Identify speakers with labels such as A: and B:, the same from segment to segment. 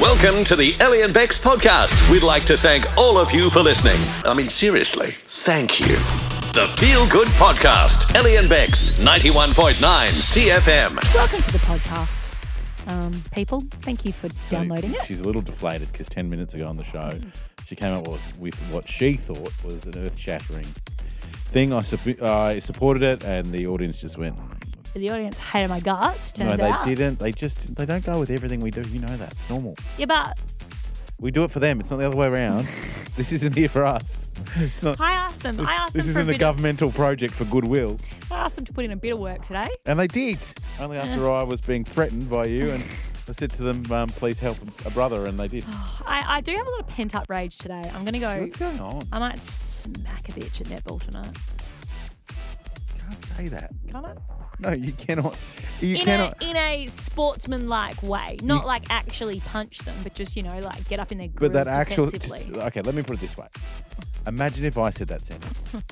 A: Welcome to the Ellie and Bex podcast. We'd like to thank all of you for listening. I mean, seriously, thank you. The Feel Good Podcast, Ellie and Bex, 91.9 CFM.
B: Welcome to the podcast. Um, people, thank you for downloading it.
C: She's a little deflated because 10 minutes ago on the show, she came up with, with what she thought was an earth shattering thing. I, sup- I supported it, and the audience just went,
B: The audience hated my guts,
C: No,
B: turns
C: they
B: out.
C: didn't. They just they don't go with everything we do. You know that. It's normal.
B: Yeah, but
C: We do it for them. It's not the other way around. this isn't here for us. It's not.
B: I asked them. I asked
C: This
B: them for
C: isn't
B: a
C: a
B: bit of,
C: governmental project for goodwill.
B: I asked them to put in a bit of work today.
C: And they did. Only after I was being threatened by you, and I said to them, um, please help a brother, and they did.
B: I, I do have a lot of pent up rage today. I'm gonna go.
C: What's going on?
B: I might smack a bitch at netball tonight.
C: can't say that.
B: Can I?
C: No, you cannot. You
B: in
C: cannot.
B: a in a sportsmanlike way, not like actually punch them, but just you know like get up in their
C: But
B: grills
C: that actual. Just, uh,
B: defensively.
C: okay, let me put it this way. Imagine if I said that sentence.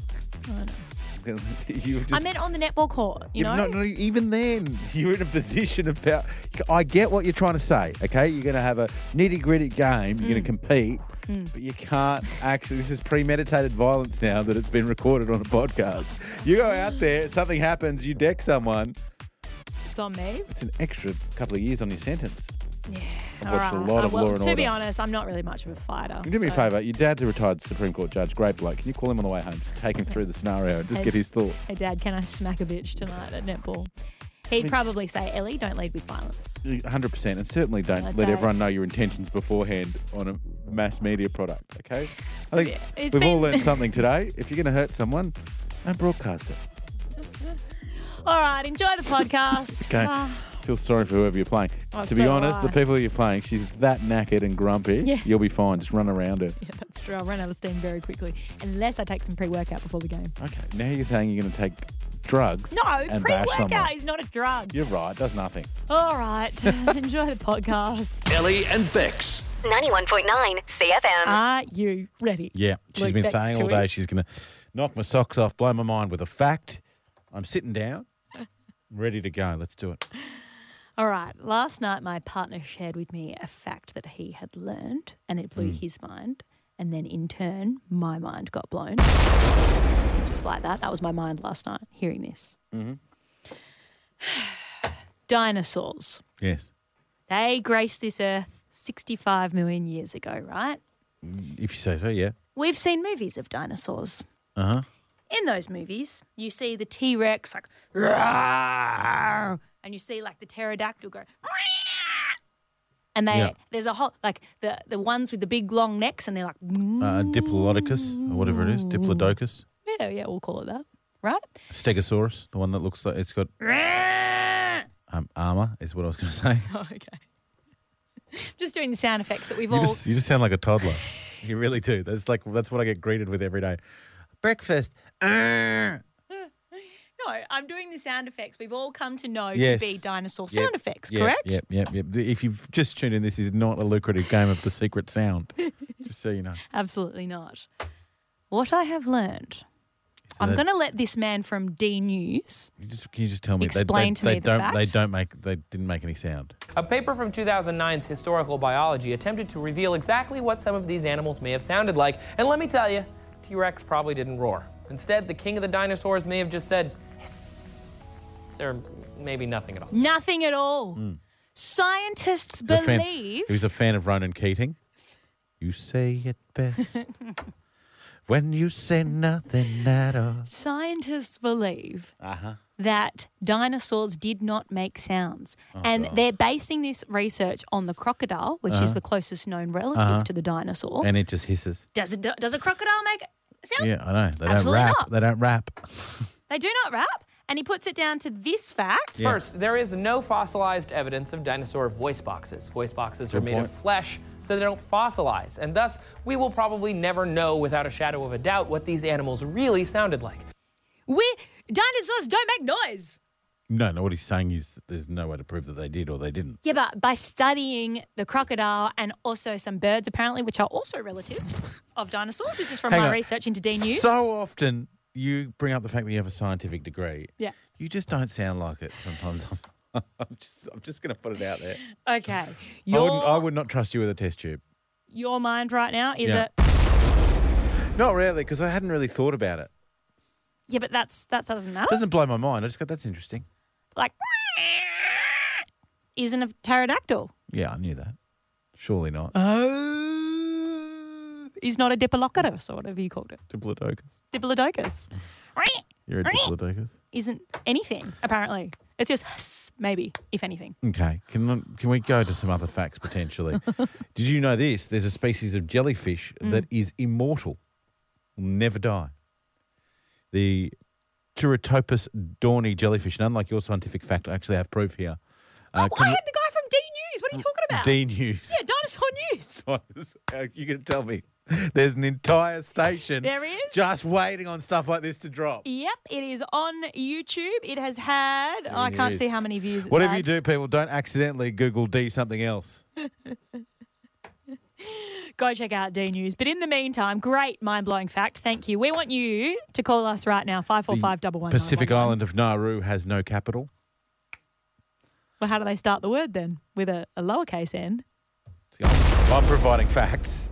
C: you were just,
B: I meant on the netball court, you
C: you're
B: know.
C: not- not even then, you're in a position of power. I get what you're trying to say. Okay, you're going to have a nitty gritty game. You're
B: Mm.
C: going to compete, but you can't actually. This is premeditated violence now that it's been recorded on a podcast. You go
B: Mm.
C: out there, something happens, you deck someone.
B: It's on me.
C: It's an extra couple of years on your sentence.
B: Yeah. Uh,
C: I've watched a lot of
B: well,
C: Law and
B: to be
C: Order.
B: honest, I'm not really much of a fighter.
C: Can you do me eh? a
B: so-
C: favour? Your dad's a retired Supreme Court judge. Great bloke. Can you call him on the way home? Just take him through the scenario and just get his thoughts.
B: Hey, Dad, can I smack a bitch tonight at netball? He'd probably say, Ellie, don't lead with violence.
C: 100%. And certainly don't
B: I'd
C: let
B: say-
C: everyone know your intentions beforehand on a mass media product, okay? I think
B: bit- it's
C: we've all
B: been-
C: learned something today. If you're going to hurt someone, don't broadcast it,
B: All right, enjoy the podcast.
C: okay?
B: Ah,
C: Feel sorry for whoever you're playing.
B: Oh,
C: to be
B: so do
C: honest, the
B: I.
C: people you're playing, she's that knackered and grumpy.
B: Yeah.
C: You'll be fine. Just run around her.
B: yeah, that's true. I'll run out of steam very quickly, unless I take some pre workout before the game.
C: Okay, now you're saying you're going to take drugs
B: No,
C: and
B: pre
C: bash someone.
B: workout is not a drug.
C: You're right, does nothing.
B: All right, enjoy the podcast.
A: Ellie and Bex.
D: 91.9 CFM.
B: Are you ready?
C: Yeah, she's
B: Luke,
C: been
B: that's
C: saying all
B: to it.
C: day she's going to knock my socks off, blow my mind with a fact. I'm sitting down, ready to go. Let's do it.
B: All right. Last night, my partner shared with me a fact that he had learned, and it blew his mind. And then, in turn, my mind got blown. Just like that. That was my mind last night hearing this. Dinosaurs.
E: Yes.
B: They graced this earth 65 million years ago, right?
E: If you say so, yeah.
B: We've seen movies of dinosaurs.
E: Uh huh.
B: in those movies, you see the T Rex like, "Rawr," and you see like the pterodactyl go, "Rawr." and they
E: Yeah.
B: there's a whole like the the ones with the big long necks, and they're like,
E: Uh, Diplodocus, or whatever it is. Diplodocus.
B: yeah, yeah, we'll call it that, right?
E: Stegosaurus, the one that looks like it's got
B: Rawr.
E: um, armor, is what I was going to say.
B: Oh, okay. Just doing the sound effects that we've
E: You
B: all.
E: just, you just sound like a toddler. you really do. That's like that's what I get greeted with every day. Breakfast. Ah.
B: No, I'm doing the sound effects we've all come to know
E: Yes.
B: to be dinosaur
E: Yep,
B: sound effects,
E: yep,
B: correct?
E: Yep, yep, yep. If you've just tuned in, this is not a lucrative game of the secret sound. just so you know.
B: Absolutely not. What I have learned, I'm
E: that-
B: going to let this man from D News
E: You just, can you just tell me?
B: Explain to
E: they
B: me the
E: don't.
B: fact.
E: They don't make. They didn't make any sound.
F: A paper from 2009's Historical Biology attempted to reveal exactly what some of these animals may have sounded like, and let me tell you, T Rex probably didn't roar. Instead, the king of the dinosaurs may have just said, hiss, or maybe nothing at all.
B: Nothing at all. Scientists
E: He's a Mm. fan-
B: believe.
E: he was a fan of Ronan Keating. You say it best when you say nothing at all.
B: Scientists believe
E: Uh-huh.
B: that dinosaurs did not make sounds,
E: Oh,
B: and they're basing this research on the crocodile, which is the closest known relative to the dinosaur.
E: Uh-huh. And it just hisses.
B: does it? Does a crocodile make a sound?
E: Yeah, I know. They
B: Absolutely
E: don't rap.
B: not.
E: They don't rap.
B: They do not rap. And he puts it down to this fact.
E: Yeah.
F: First, there is no fossilized evidence of dinosaur voice boxes. Voice boxes are made of
E: point.
F: flesh, so they don't fossilize, and thus, we will probably never know without a shadow of a doubt what these animals really sounded like.
B: We dinosaurs don't make noise.
E: No, no. What he's saying is that there's no way to prove that they did or they didn't.
B: Yeah, but by studying the crocodile and also some birds, apparently, which are also relatives of dinosaurs. This is from
E: Hang
B: my
E: on.
B: research into D News.
E: So often you bring up the fact that you have a scientific degree.
B: Yeah.
E: You just don't sound like it sometimes. I'm just, I'm just going to put it out there.
B: Okay.
E: I,
B: Your,
E: wouldn't, I would not trust you with a test tube.
B: your mind right now is
E: Yeah.
B: it?
E: Not really, because I hadn't really thought about it.
B: Yeah, but that's that doesn't matter.
E: Doesn't blow my mind. I just got that's interesting.
B: like, isn't a pterodactyl.
E: Yeah, I knew that. Surely not.
B: He's not a diplodocus or whatever you called it.
E: Diplodocus.
B: Diplodocus.
E: You're a diplodocus.
B: Isn't anything apparently. It's just maybe if anything.
E: Okay. Can I- can we go to some other facts potentially? Did you know this? There's a species of jellyfish
B: Mm.
E: that is immortal, will never die. The Turritopus dawny jellyfish, and unlike your scientific fact, I actually have proof here. Uh,
B: Oh, I had the guy from D News. What are you talking about?
E: Mm. D News.
B: yeah, dinosaur news.
E: Uh, you can tell me. There's an entire station
B: There is.
E: just waiting on stuff like this to drop.
B: Yep, it is on YouTube. It has had oh, I can't
E: News.
B: see how many views. It's
E: Whatever
B: had.
E: you do, people, don't accidentally Google D something else.
B: Go check out D News. But in the meantime, great mind blowing fact. Thank you. We want you to call us right now five four five double one.
E: Pacific island of Nauru has no capital.
B: Well, how do they start the word then? With a, a lowercase n.
E: See, I'm, I'm providing facts,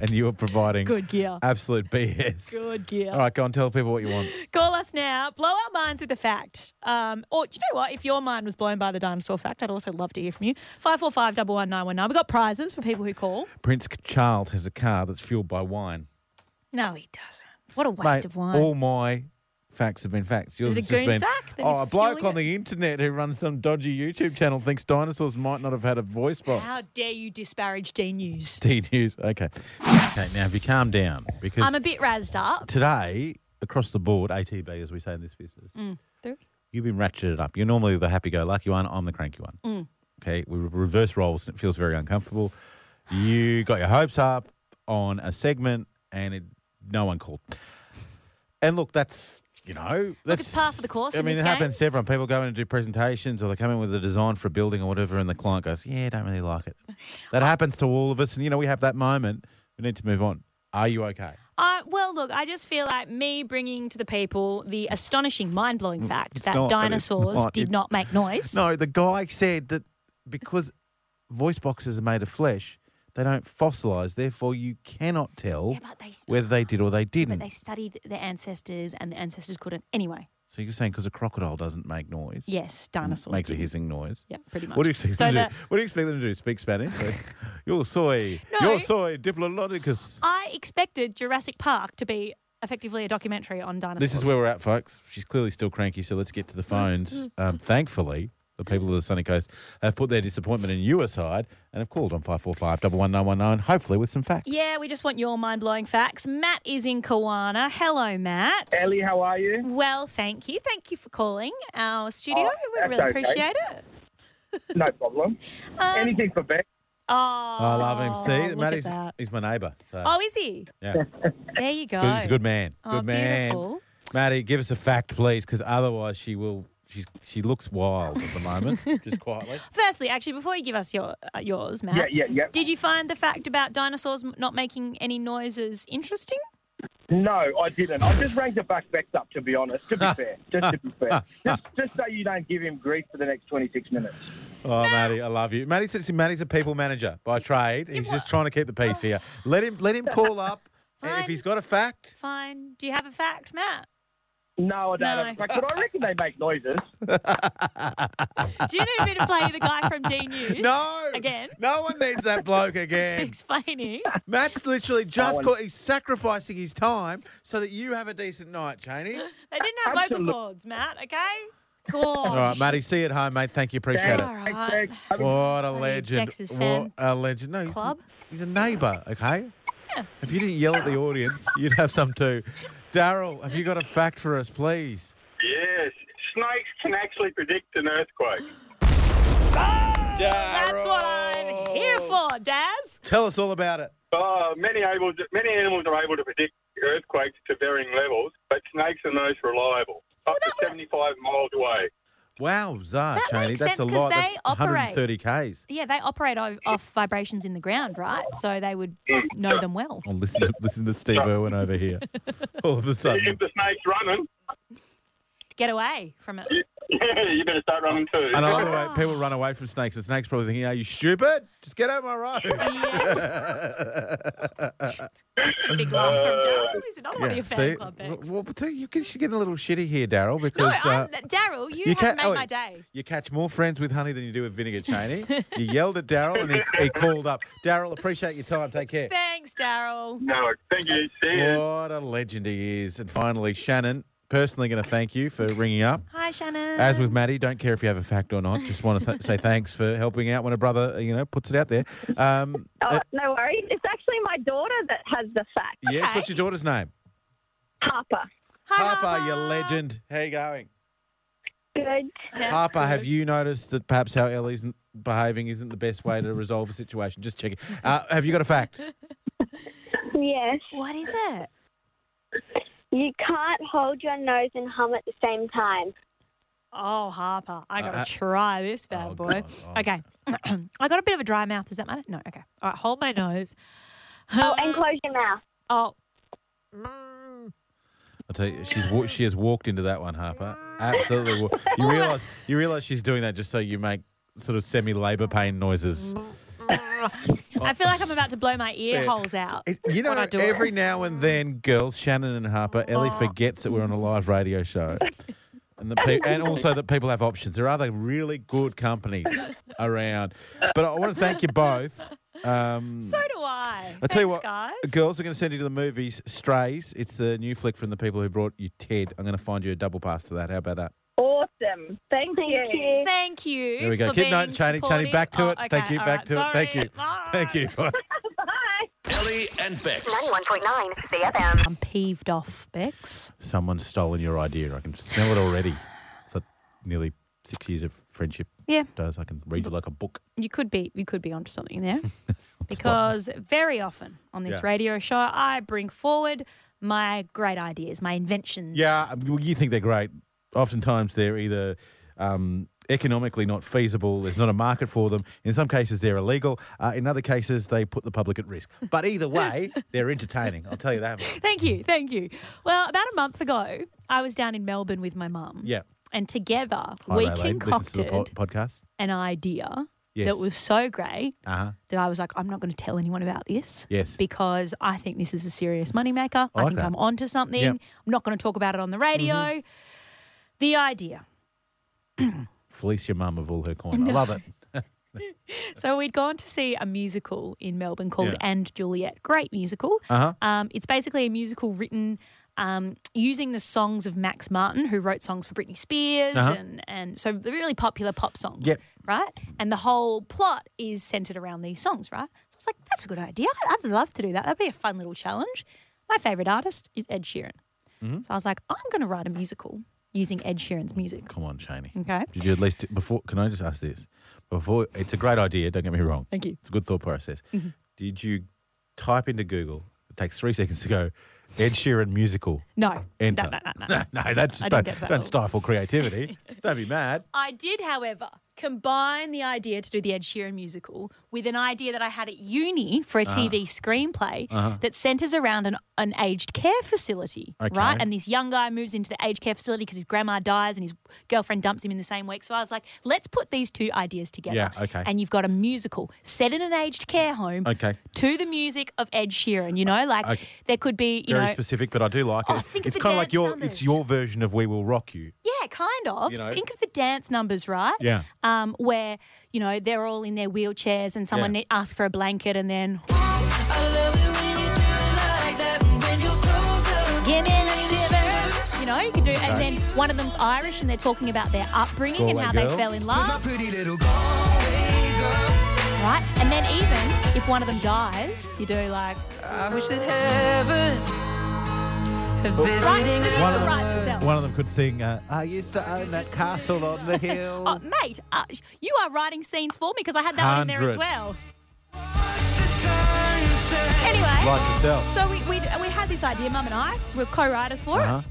E: and you are providing
B: Good gear.
E: absolute BS.
B: Good gear.
E: All right, go and tell people what you want.
B: Call us now. Blow our minds with a fact. Um, or do you know what? If your mind was blown by the dinosaur fact, I'd also love to hear from you. Five four five double one nine one nine. We got prizes for people who call.
E: Prince Charles has a car that's fueled by wine.
B: No, he doesn't. What a waste
E: Mate,
B: of wine.
E: All my facts have been facts. Yours
B: it
E: has just
B: green
E: been
B: sack that
E: oh,
B: is
E: a bloke
B: fueling
E: on
B: it?
E: the internet who runs some dodgy YouTube channel thinks dinosaurs might not have had a voice box.
B: How dare you disparage D News?
E: D News. Okay. Okay. Now, if you calm down, because
B: I'm a bit razzed up.
E: today across the board, ATB as we say in this business,
B: Mm.
E: you've been ratcheted up. You're normally the happy-go-lucky one. I'm the cranky one.
B: Mm.
E: Okay, we re- reverse roles, and it feels very uncomfortable. You got your hopes up on a segment, and it, no one called. And look, that's you know, that's
B: it's par for the course
E: I
B: in
E: mean,
B: this
E: it
B: game.
E: happens to everyone. People go in and do presentations, or they come in with a design for a building or whatever, and the client goes, "Yeah, don't really like it." That happens to all of us, and you know, we have that moment. We need to move on. Are you okay?
B: Uh, well, look, I just feel like me bringing to the people the astonishing, mind blowing fact
E: Mm, it's
B: that
E: not, but it's
B: dinosaurs
E: not.
B: did
E: It's-
B: not make noise.
E: No, the guy said that because voice boxes are made of flesh, they don't fossilize. Therefore, you cannot tell
B: Yeah, but they-
E: whether they did or they didn't.
B: But they studied their ancestors and the ancestors couldn't. Anyway,
E: so you're saying because a crocodile doesn't make noise?
B: yes, dinosaurs.
E: Mm, Makes a
B: did.
E: hissing noise.
B: Yeah, pretty much.
E: What do you expect
B: So
E: them to
B: that-
E: do? What do you expect them to do? Speak Spanish? Like, Yo soy,
B: No.
E: yo soy diplodocus.
B: I expected Jurassic Park to be effectively a documentary on dinosaurs.
E: This is where we're at, folks. She's clearly still cranky, so let's get to the
B: Mm.
E: phones. Um, thankfully, the people of the sunny coast have put their disappointment in your side and have called on 545 11919, hopefully with some facts.
B: Yeah, we just want your mind blowing facts. Matt is in Kawana. Hello, Matt.
G: Ellie, how are you?
B: Well, thank you. Thank you for calling our studio.
G: Oh,
B: we
G: that's
B: really
G: okay.
B: appreciate it.
G: No problem. Anything for Beck.
B: Oh,
E: I love him. See,
B: look at
E: Matty's
B: that.
E: he's my neighbour. So
B: Oh, is he?
E: yeah, he's,
B: There you go.
E: good, he's a good man.
B: Oh,
E: Good man.
B: beautiful.
E: Matty, give us a fact, please, because otherwise she will. She's she looks wild at the moment, just quietly.
B: Firstly, actually, before you give us your uh, yours, Matt.
G: Yeah, yeah, yeah.
B: Did you find the fact about dinosaurs m- not making any noises interesting?
G: No, I didn't. I just rang the back Beck up, to be honest, to be fair. Just to be fair. Just, just so you don't give him grief for the next 26 minutes.
E: Oh, Matty, I love you. Matty says Matty's a people manager by trade. He's just trying to keep the peace here. Let him let him call up. and
B: Fine.
E: if he's got a fact,
B: Fine. Do you have a fact, Matt?
G: No, I don't.
B: No.
G: Like, but I reckon they make noises.
B: Do you need me to play the guy from D News?
E: Uh, no,
B: Again,
E: no one needs that bloke again.
B: explaining.
E: Matt's literally just
G: one-
E: caught. He's sacrificing his time so that you have a decent night, Cheney.
B: They didn't have vocal
G: Absolute-
B: cords, Matt, okay? Gosh.
E: All right, Matty, see you at home, mate. Thank you. Appreciate it.
B: All right.
G: Beck, have a-
E: What a
B: Bloody
E: legend.
B: Texas
E: What
B: fan
E: a legend. No, he's,
B: club.
E: he's a neighbour, okay? If you didn't yell at the audience, you'd have some too. Daryl, have you got a fact for us, please?
H: Yes, snakes can actually predict an earthquake.
B: That's what I'm here for, Daz.
E: Tell us all about it.
H: Uh, many able, many animals are able to predict earthquakes to varying levels, but snakes are the most reliable, up to 75 miles away.
E: Wow, Zah,
B: That
E: Cheney,
B: makes
E: that's
B: sense
E: a
B: 'cause
E: lot.
B: they
E: That's 130 Ks.
B: Yeah, they operate off, off vibrations in the ground, right? So they would know them well.
E: Oh, listen, to, listen to Steve Irwin over here. All of a sudden.
H: If the snake's running,
B: Get away from it.
H: Yeah, you better start running too.
E: And I love the way people run away from snakes, and snakes probably thinking, "Are you stupid? Just get out of my road."
B: It's a big laugh from Daryl. He's another one of
E: Yeah,
B: your fan
E: see?
B: club
E: Well,
B: backs.
E: well, too, you can, she's getting a little shitty here,
B: No,
E: Daryl, because uh,
B: I'm, Daryl, you,
E: ca-
B: have made
E: oh,
B: my day.
E: You catch more friends with honey than you do with vinegar, Cheney. you yelled at Daryl, and he, he called up. Daryl, appreciate your time. Take care.
B: Thanks, Daryl.
H: No, thank you. See you.
E: What a legend he is. And finally, Shannon, personally going to thank you for ringing up.
B: Hi, Shannon.
E: As with Maddie, don't care if you have a fact or not. Just want to th- say thanks for helping out when a brother, you know, puts it out there. Um,
I: Oh,
E: uh,
I: no worries. It's actually my daughter that has the fact.
E: yes, what's your daughter's name?
I: Harper.
B: Hi,
E: Harper, you legend. How you going?
I: Good.
E: Harper, have you noticed that perhaps how Ellie's n- behaving isn't the best way to resolve a situation? Just checking. Uh, have you got a fact?
J: Yes.
B: What is it?
J: You can't hold your nose and hum at the same time.
B: Oh, Harper, I gotta
E: uh,
B: try this bad
E: oh,
B: boy.
E: God, oh.
B: Okay, I got a bit of a dry mouth. Does that matter? No. Okay. All right. Hold my nose.
J: Oh, and close your mouth.
B: Oh,
E: I'll tell you, she's wa- she has walked into that one, Harper. Absolutely. wa- You realize you realize she's doing that just so you make sort of semi labor pain noises.
B: I feel like I'm about to blow my ear
E: Oh. Fair.
B: holes out.
E: It- you know,
B: when I do it. Oh.
E: every now and then, girls, Shannon and Harper, Ellie forgets that we're on a live radio show. And, the pe- and also that people have options. There are other really good companies around. But I want to thank you both. Um,
B: So do I.
E: I
B: Thanks,
E: tell you what,
B: guys.
E: girls are going to send you to the movies. Strays. It's the new flick from the people who brought you Ted. I'm going to find you a double pass to that. How about that?
I: Awesome. Thank,
J: Thank
I: you.
J: you.
B: Thank you.
E: There we go.
B: For
E: Keep
B: being
E: note, Chaney, Chaney,
B: supporting-
E: back to
B: Oh,
E: it. Thank
B: okay,
E: you,
B: all
E: back
B: right,
E: to it. Thank
B: sorry.
E: you. Thank you. Bye.
A: Ellie and Bex.
D: 91.9 CFM.
B: I'm peeved off, Bex.
E: Someone's stolen your idea. I can smell it already. It's like nearly six years of friendship.
B: Yeah.
E: Does I can read you like a book.
B: You could be you could be onto something there. because very often on this
E: Yeah.
B: radio show I bring forward my great ideas, my inventions.
E: Yeah, well, you think they're great. Oftentimes they're either um, economically not feasible. There's not a market for them. In some cases they're illegal. Uh, in other cases they put the public at risk. But either way, they're entertaining. I'll tell you that. much.
B: Thank you. Thank you. Well, about a month ago, I was down in Melbourne with my mum.
E: Yeah.
B: And together
E: Hi,
B: we
E: Raylene. Listens to
B: concocted
E: the po- podcast.
B: an idea
E: Yes.
B: that was so great
E: Uh huh.
B: that I was like, I'm not going to tell anyone about this.
E: Yes. Mm-hmm.
B: Because I think this is a serious moneymaker.
E: I
B: I,
E: like
B: think
E: that.
B: I'm onto something.
E: Yep. Mm-hmm.
B: I'm not going to talk about it on the radio. The idea.
E: Felice your mum of all her coin. I love it.
B: So we'd gone to see a musical in Melbourne called
E: Yeah.
B: And Juliet. Great musical.
E: Uh-huh.
B: Um, it's basically a musical written um, using the songs of Max Martin, who wrote songs for Britney Spears
E: Uh-huh.
B: and and so the really popular pop songs.
E: Yep.
B: Right. And the whole plot is centered around these songs. Right. So I was like, that's a good idea. I'd, I'd love to do that. That'd be a fun little challenge. My favorite artist is Ed Sheeran.
E: Mm-hmm.
B: So I was like, I'm going to write a musical using Ed Sheeran's music.
E: Come on, Cheney.
B: Okay.
E: Did you at least before? Can I just ask this? Before it's a great idea. Don't get me wrong.
B: Thank you. Mm-hmm.
E: It's a good thought process. Did you type into Google? It takes three seconds to go. Ed Sheeran musical.
B: No.
E: Enter.
B: No, no, no, no.
E: no, that's
B: I didn't
E: don't,
B: get to that
E: don't
B: level.
E: stifle creativity. don't be mad.
B: I did, however, combine the idea to do the Ed Sheeran musical with an idea that I had at uni for
E: Ah.
B: a TV screenplay that centres around an, an aged care facility,
E: Uh-huh. Okay.
B: right? And this young guy moves into the aged care facility because his grandma dies and his girlfriend dumps him in the same week. So I was like, let's put these two ideas together.
E: Yeah, okay.
B: And you've got a musical set in an aged care home
E: Okay. Uh,
B: to the music of Ed Sheeran, you know? Like,
E: Okay.
B: there could be, you
E: Very
B: know.
E: specific, but I do like
B: Oh,
E: it.
B: think of
E: it's
B: the
E: kind of like
B: dance
E: your
B: numbers.
E: it's your version of "We Will Rock You."
B: Yeah, kind of.
E: You know?
B: Think of the dance numbers, right?
E: Yeah.
B: Um, where you know they're all in their wheelchairs, and someone
E: Yeah.
B: ne- asks for a blanket, and then give me the shivers. You know, you can do, and then one of them's Irish, and they're talking about their upbringing and
E: Galway
B: how
E: girl.
B: they fell in love. Right, and then even if one of them dies, you do like right, the music
E: One of them-
B: writes itself.
E: One of them could sing, uh, "I used to own that castle on the hill."
B: Oh, mate, uh, sh- you are writing scenes for me because I had that one in there as
E: Hundred.
B: well. Anyway,
E: like yourself.
B: so we, we we had this idea, Mum and I. We're co-writers for
E: Uh-huh.
B: it.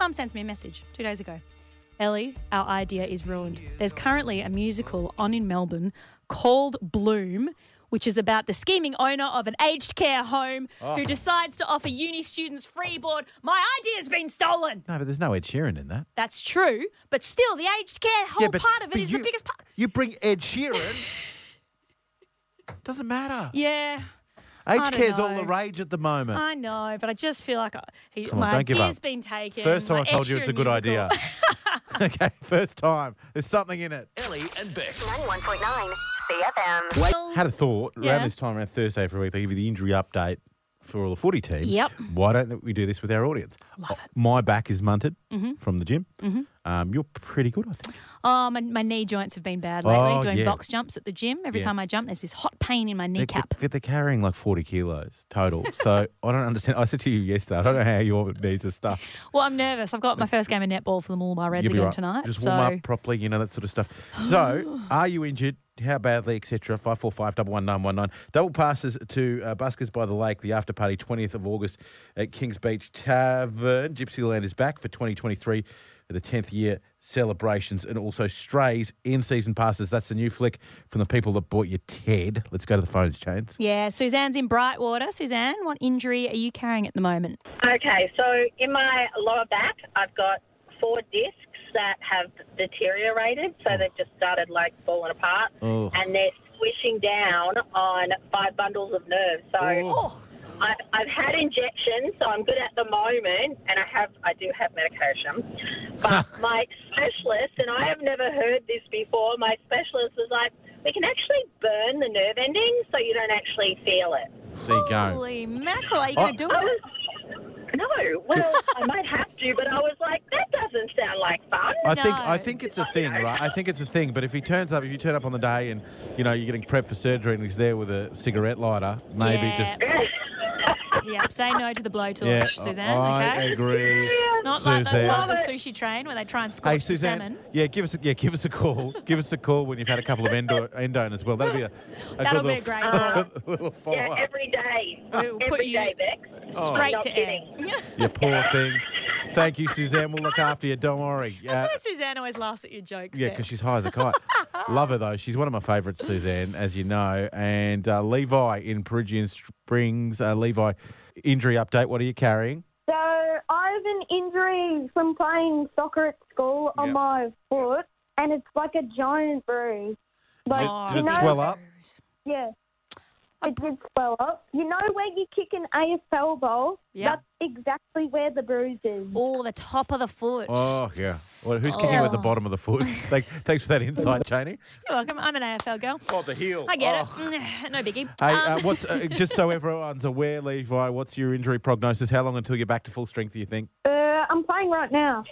B: Mum sends me a message two days ago. Ellie, our idea is ruined. There's currently a musical on in Melbourne called Bloom, which is about the scheming owner of an aged care home
E: Oh.
B: who decides to offer uni students free board. My idea's been stolen.
E: No, but there's no Ed Sheeran in that.
B: That's true, but still, the aged care whole part of it is the biggest part.
E: You bring Ed Sheeran. Doesn't matter.
B: Yeah, I
E: Aged
B: don't
E: care's all
B: know.
E: the rage at the moment.
B: I know, but I just feel like I, he,
E: Come on,
B: my
E: don't give
B: idea's
E: up.
B: been taken.
E: First time
B: my
E: I told
B: Ed
E: you it's a
B: Sheeran
E: good
B: musical-
E: idea. okay, first time. There's something in it.
A: Ellie and Bex.
D: 91.9 CFM.
E: Had a thought
B: Yeah.
E: around this time, around Thursday for a week, they give you the injury update for all the footy teams.
B: Yep.
E: Why don't we do this with our audience? Uh, My back is munted
B: Mm-hmm.
E: from the gym. Um, you're pretty good, I think.
B: Oh, my, my knee joints have been bad lately.
E: Oh,
B: doing
E: yeah.
B: box jumps at the gym. Every
E: Yeah.
B: time I jump, there's this hot pain in my
E: They're-
B: kneecap.
E: They're, they're carrying like 40 kilos total. so I don't understand. I said to you yesterday, I don't know how your knees are stuffed.
B: Well, I'm nervous. I've got my first game of netball for the Moolbar Reds
E: You'll be
B: again
E: right.
B: tonight.
E: Just
B: so
E: warm up properly, you know that sort of stuff. So, are you injured? How badly, etc. Five four five double one nine one nine. Double passes to uh, Buskers by the Lake. The after party twentieth of August at Kings Beach Tavern. Gypsyland is back for twenty twenty three, the tenth year celebrations, and also Strays in season passes. That's the new flick from the people that bought you Ted. Let's go to the phones, Chains.
B: yeah, Suzanne's in Brightwater. Suzanne, what injury are you carrying at the moment?
I: Okay, so in my lower back, I've got four discs that have deteriorated, so they've just started like falling apart,
E: Oh.
I: and they're swishing down on five bundles of nerves. So I, I've had injections, so I'm good at the moment, and I have I do have medication. But my specialist, and I have never heard this before, my specialist was like, we can actually burn the nerve ending, so you don't actually feel it.
E: There you go.
B: Holy mackerel, are you going to
E: Oh.
B: do
I: I
B: it?
I: was, no, well, I might have to, but I was like, that doesn't sound like fun.
E: I think I
B: No.
E: think it's a thing, right? I think it's a thing. But if he turns up, if you turn up on the day and you know you're getting prepped for surgery and he's there with a cigarette lighter, maybe
B: Yeah.
E: just
B: yep, say no to the blowtorch,
E: yeah.
B: Suzanne,
E: I
B: okay?
E: agree.
B: Not like
E: Suzanne.
B: that part of the sushi train where they try and scorch
E: Hey
B: the
E: Suzanne,
B: salmon.
E: yeah, give us a, yeah, give us a call. give us a call when you've had a couple of endo, endone as well. That'll be a, a
B: That'll
E: good
B: be a
E: little,
B: great one.
E: little follow
I: yeah,
E: up.
I: every day.
B: We'll put
I: every
B: you
I: day, Bex.
B: Straight
I: Not
B: to
I: Oh. kidding.
B: air.
E: You poor thing. Thank you, Suzanne. We'll look after you. Don't worry.
B: That's
E: Uh,
B: why Suzanne always laughs at your jokes.
E: Yeah,
B: Bex.
E: because she's high as a kite. Love her though. She's one of my favourites, Suzanne, as you know. And uh, Levi in Perugian Springs. Uh, Levi, injury update. What are you carrying?
J: So I have an injury from playing soccer at school on
E: Yep.
J: my foot, and it's like a giant bruise. Like
B: Oh,
E: Did it
J: you know,
E: swell up?
J: Yeah, it did swell up. You know where you kick an AFL ball?
B: Yep.
J: That's exactly where the bruise is.
B: Oh, the top of the foot.
E: Oh yeah. Well, who's kicking with the
B: Oh.
E: bottom of the foot? Thank, thanks for that insight, Cheney.
B: You're welcome. I'm an AFL girl.
E: Oh, the heel.
B: I get it. No biggie.
E: Oh. Hey, uh,
B: Um,
E: what's uh, just so everyone's aware, Levi? What's your injury prognosis? How long until you're back to full strength? Do you think?
J: Uh, I'm playing right now.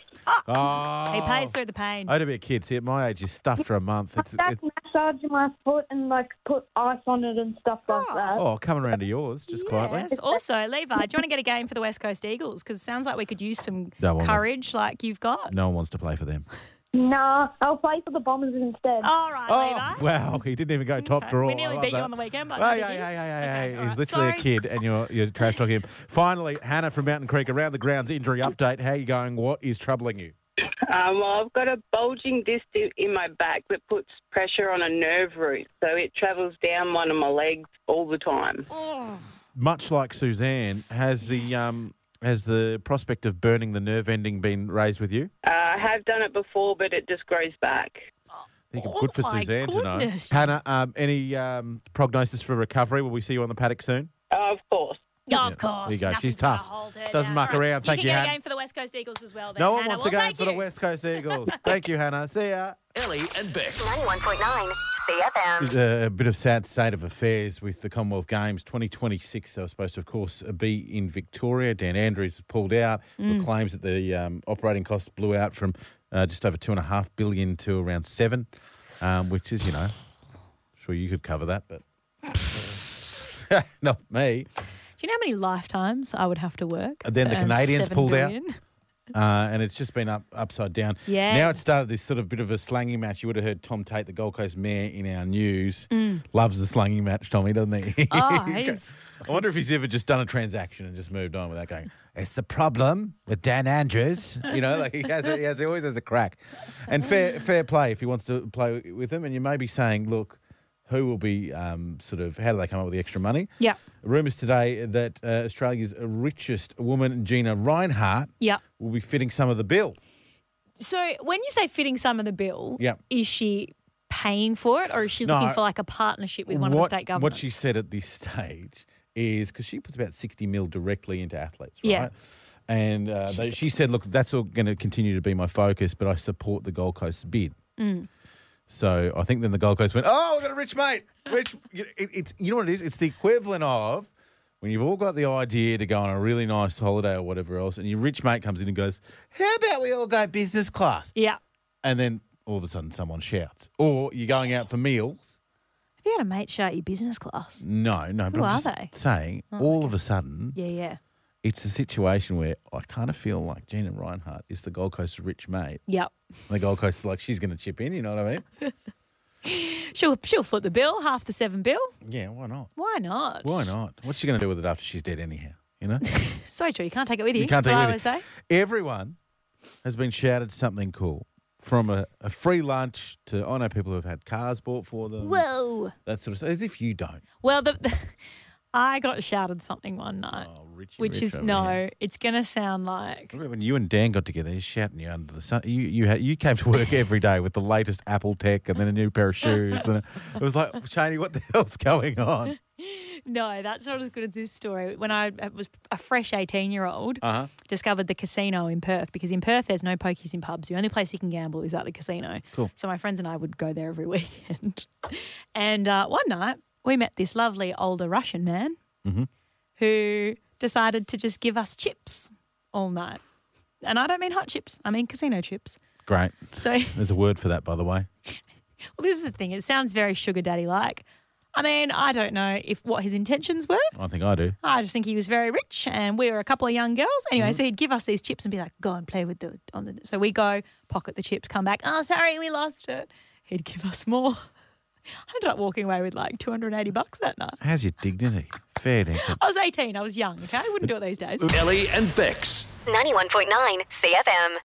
E: Oh,
B: he pays through the pain.
E: I had to be a kid. See, at my age, you're stuffed for a month. It's,
J: That's
E: it's,
J: massaging my foot and like put ice on it and stuff like that.
E: oh, coming around to yours, just quietly.
B: Yes. Also, Levi, do you want to get a game for the West Coast Eagles? Because sounds like we could use some
E: No, I'm not.
B: courage, like you've got.
E: No one wants to play for them.
J: Nah, Uh, I'll play for the
K: Uh,
J: Bombers instead.
B: All right, Levi.
E: Oh, wow. He didn't even go top Oh,
B: Okay.
E: draw.
B: We nearly
E: I love
B: beat you
E: that.
B: on the weekend, but
E: Hey,
B: no
E: hey, hey,
B: biggie.
E: hey, hey,
B: Okay,
E: hey.
B: all
E: He's
B: right.
E: literally
B: Sorry.
E: a kid and you're, you're trash talking him. Finally, Hannah from Mountain Creek, around the grounds, injury update. How you going? What is troubling you?
K: Um, well, I've got a bulging disc i- in my back that puts pressure on a nerve root, so it travels down one of my legs all the time.
E: Much like Suzanne, has the um has the prospect of burning the nerve ending been raised with you?
K: Uh, I have done it before, but it just grows back.
E: I think
B: Oh
E: good for
B: my
E: Suzanne
B: goodness.
E: to know. Hannah, um, any um, prognosis for recovery? Will we see you on the paddock soon?
K: Uh, of course.
B: Yeah, of
E: Yeah,
B: course.
E: there you go.
B: Nothing's
E: She's tough.
B: gonna hold her
E: Doesn't
B: down.
E: muck
B: All right.
E: around. Thank
B: you
E: you,
B: can get
E: Hannah.
B: a game for the West Coast Eagles as well. Then,
E: no one
B: Hannah.
E: wants
B: we'll
E: a game
B: take
E: for the
B: you.
E: West Coast Eagles. Thank you, Hannah. See ya.
A: Ellie and Bex.
D: 91.9 CFM.
E: a bit of sad state of affairs with the Commonwealth Games 2026. They were supposed to, of course, be in Victoria. Dan Andrews pulled out.
B: Mm.
E: with claims that the um, operating costs blew out from uh, just over two and a half billion to around seven, um, which is, you know, sure you could cover that, but not me.
B: Do you know how many lifetimes I would have to work?
E: And then the
B: to earn
E: Canadians
B: seven
E: pulled out.
B: billion?
E: Uh, and it's just been up upside down.
B: Yeah.
E: Now it started this sort of bit of a slanging match. You would have heard Tom Tate, the Gold Coast mayor, in our news. Loves the slanging match, Tommy, doesn't he?
B: Mm. Oh, he's-
E: I wonder if he's ever just done a transaction and just moved on without going, it's the problem with Dan Andrews. You know, like he has, a, he, has he always has a crack. And fair, fair play if he wants to play with him. And you may be saying, look, who will be um, sort of how do they come up with the extra money?
B: Yeah.
E: Rumours today that uh, Australia's richest woman, Gina Reinhart,
B: Yeah.
E: will be fitting some of the bill.
B: So when you say fitting some of the bill,
E: Yeah.
B: is she paying for it or is she
E: No.
B: looking for like a partnership with one of
E: What-
B: the state
E: What
B: governments?
E: she said at this stage is because she puts about 60 mil directly into athletes, right?
B: Yeah.
E: And uh, they, she said, look, that's all going to continue to be my focus, but I support the Gold Coast's bid.
B: Mm.
E: So I think then the Gold Coast went, oh, we've got a rich mate. Rich, it, it's, you know what it is? It's the equivalent of when you've all got the idea to go on a really nice holiday or whatever else, and your rich mate comes in and goes, how about we all go business class?
B: Yeah.
E: And then all of a sudden someone shouts. Or you're going out for meals.
B: Have you had a mate shout you business class?
E: No, no, but
B: Who
E: I'm
B: are
E: just
B: they?
E: saying
B: Oh,
E: all of a sudden
B: Yeah, yeah.
E: it's a situation where I kind of feel like Gina Reinhart is the Gold Coast's rich mate.
B: Yep.
E: And the Gold Coast is like, she's going to chip in, you know what I mean?
B: She'll she'll foot the bill, half the seven bill.
E: yeah, why not?
B: Why not?
E: Why not? What's she going to do with it after she's dead, anyhow? You know?
B: So true. You can't take it with you.
E: You can't
B: That's what I
E: take it
B: always say.
E: Everyone has been shouted something cool from a, a free lunch to, I know people who've had cars bought for them.
B: Whoa.
E: That sort of stuff. As if you don't.
B: Well, the, I got shouted something one night, which
E: Oh, Rich
B: is
E: over
B: no.
E: here.
B: It's gonna sound like
E: Remember when you and Dan got together, he's shouting you under the sun. You you had, you came to work every day with the latest Apple tech and then a new pair of shoes. and it was like, Cheney, what the hell's going on?
B: no. That's not as good as this story. When I was a fresh eighteen-year-old,
E: Uh huh.
B: discovered the casino in Perth because in Perth there's no pokies in pubs. The only place you can gamble is at the casino.
E: Cool.
B: So my friends and I would go there every weekend. and uh, one night we met this lovely older Russian man
E: Mhm.
B: who decided to just give us chips all night. And I don't mean hot chips. I mean casino chips.
E: Great.
B: So
E: There's a word for that, by the way.
B: Well, this is the thing. It sounds very sugar daddy like. I mean, I don't know if what his intentions were.
E: I think I do.
B: I just think he was very rich, and we were a couple of young girls. Anyway, so he'd give us these chips and be like, "Go and play with the on the." So we go pocket the chips, come back. Oh, sorry, we lost it. He'd give us more. I ended up walking away with like 280 bucks that night.
E: How's your dignity? Fair dinkum.
B: I was 18. I was young. Okay, I wouldn't do it these days.
A: Ellie and Bex.
D: 91.9 CFM.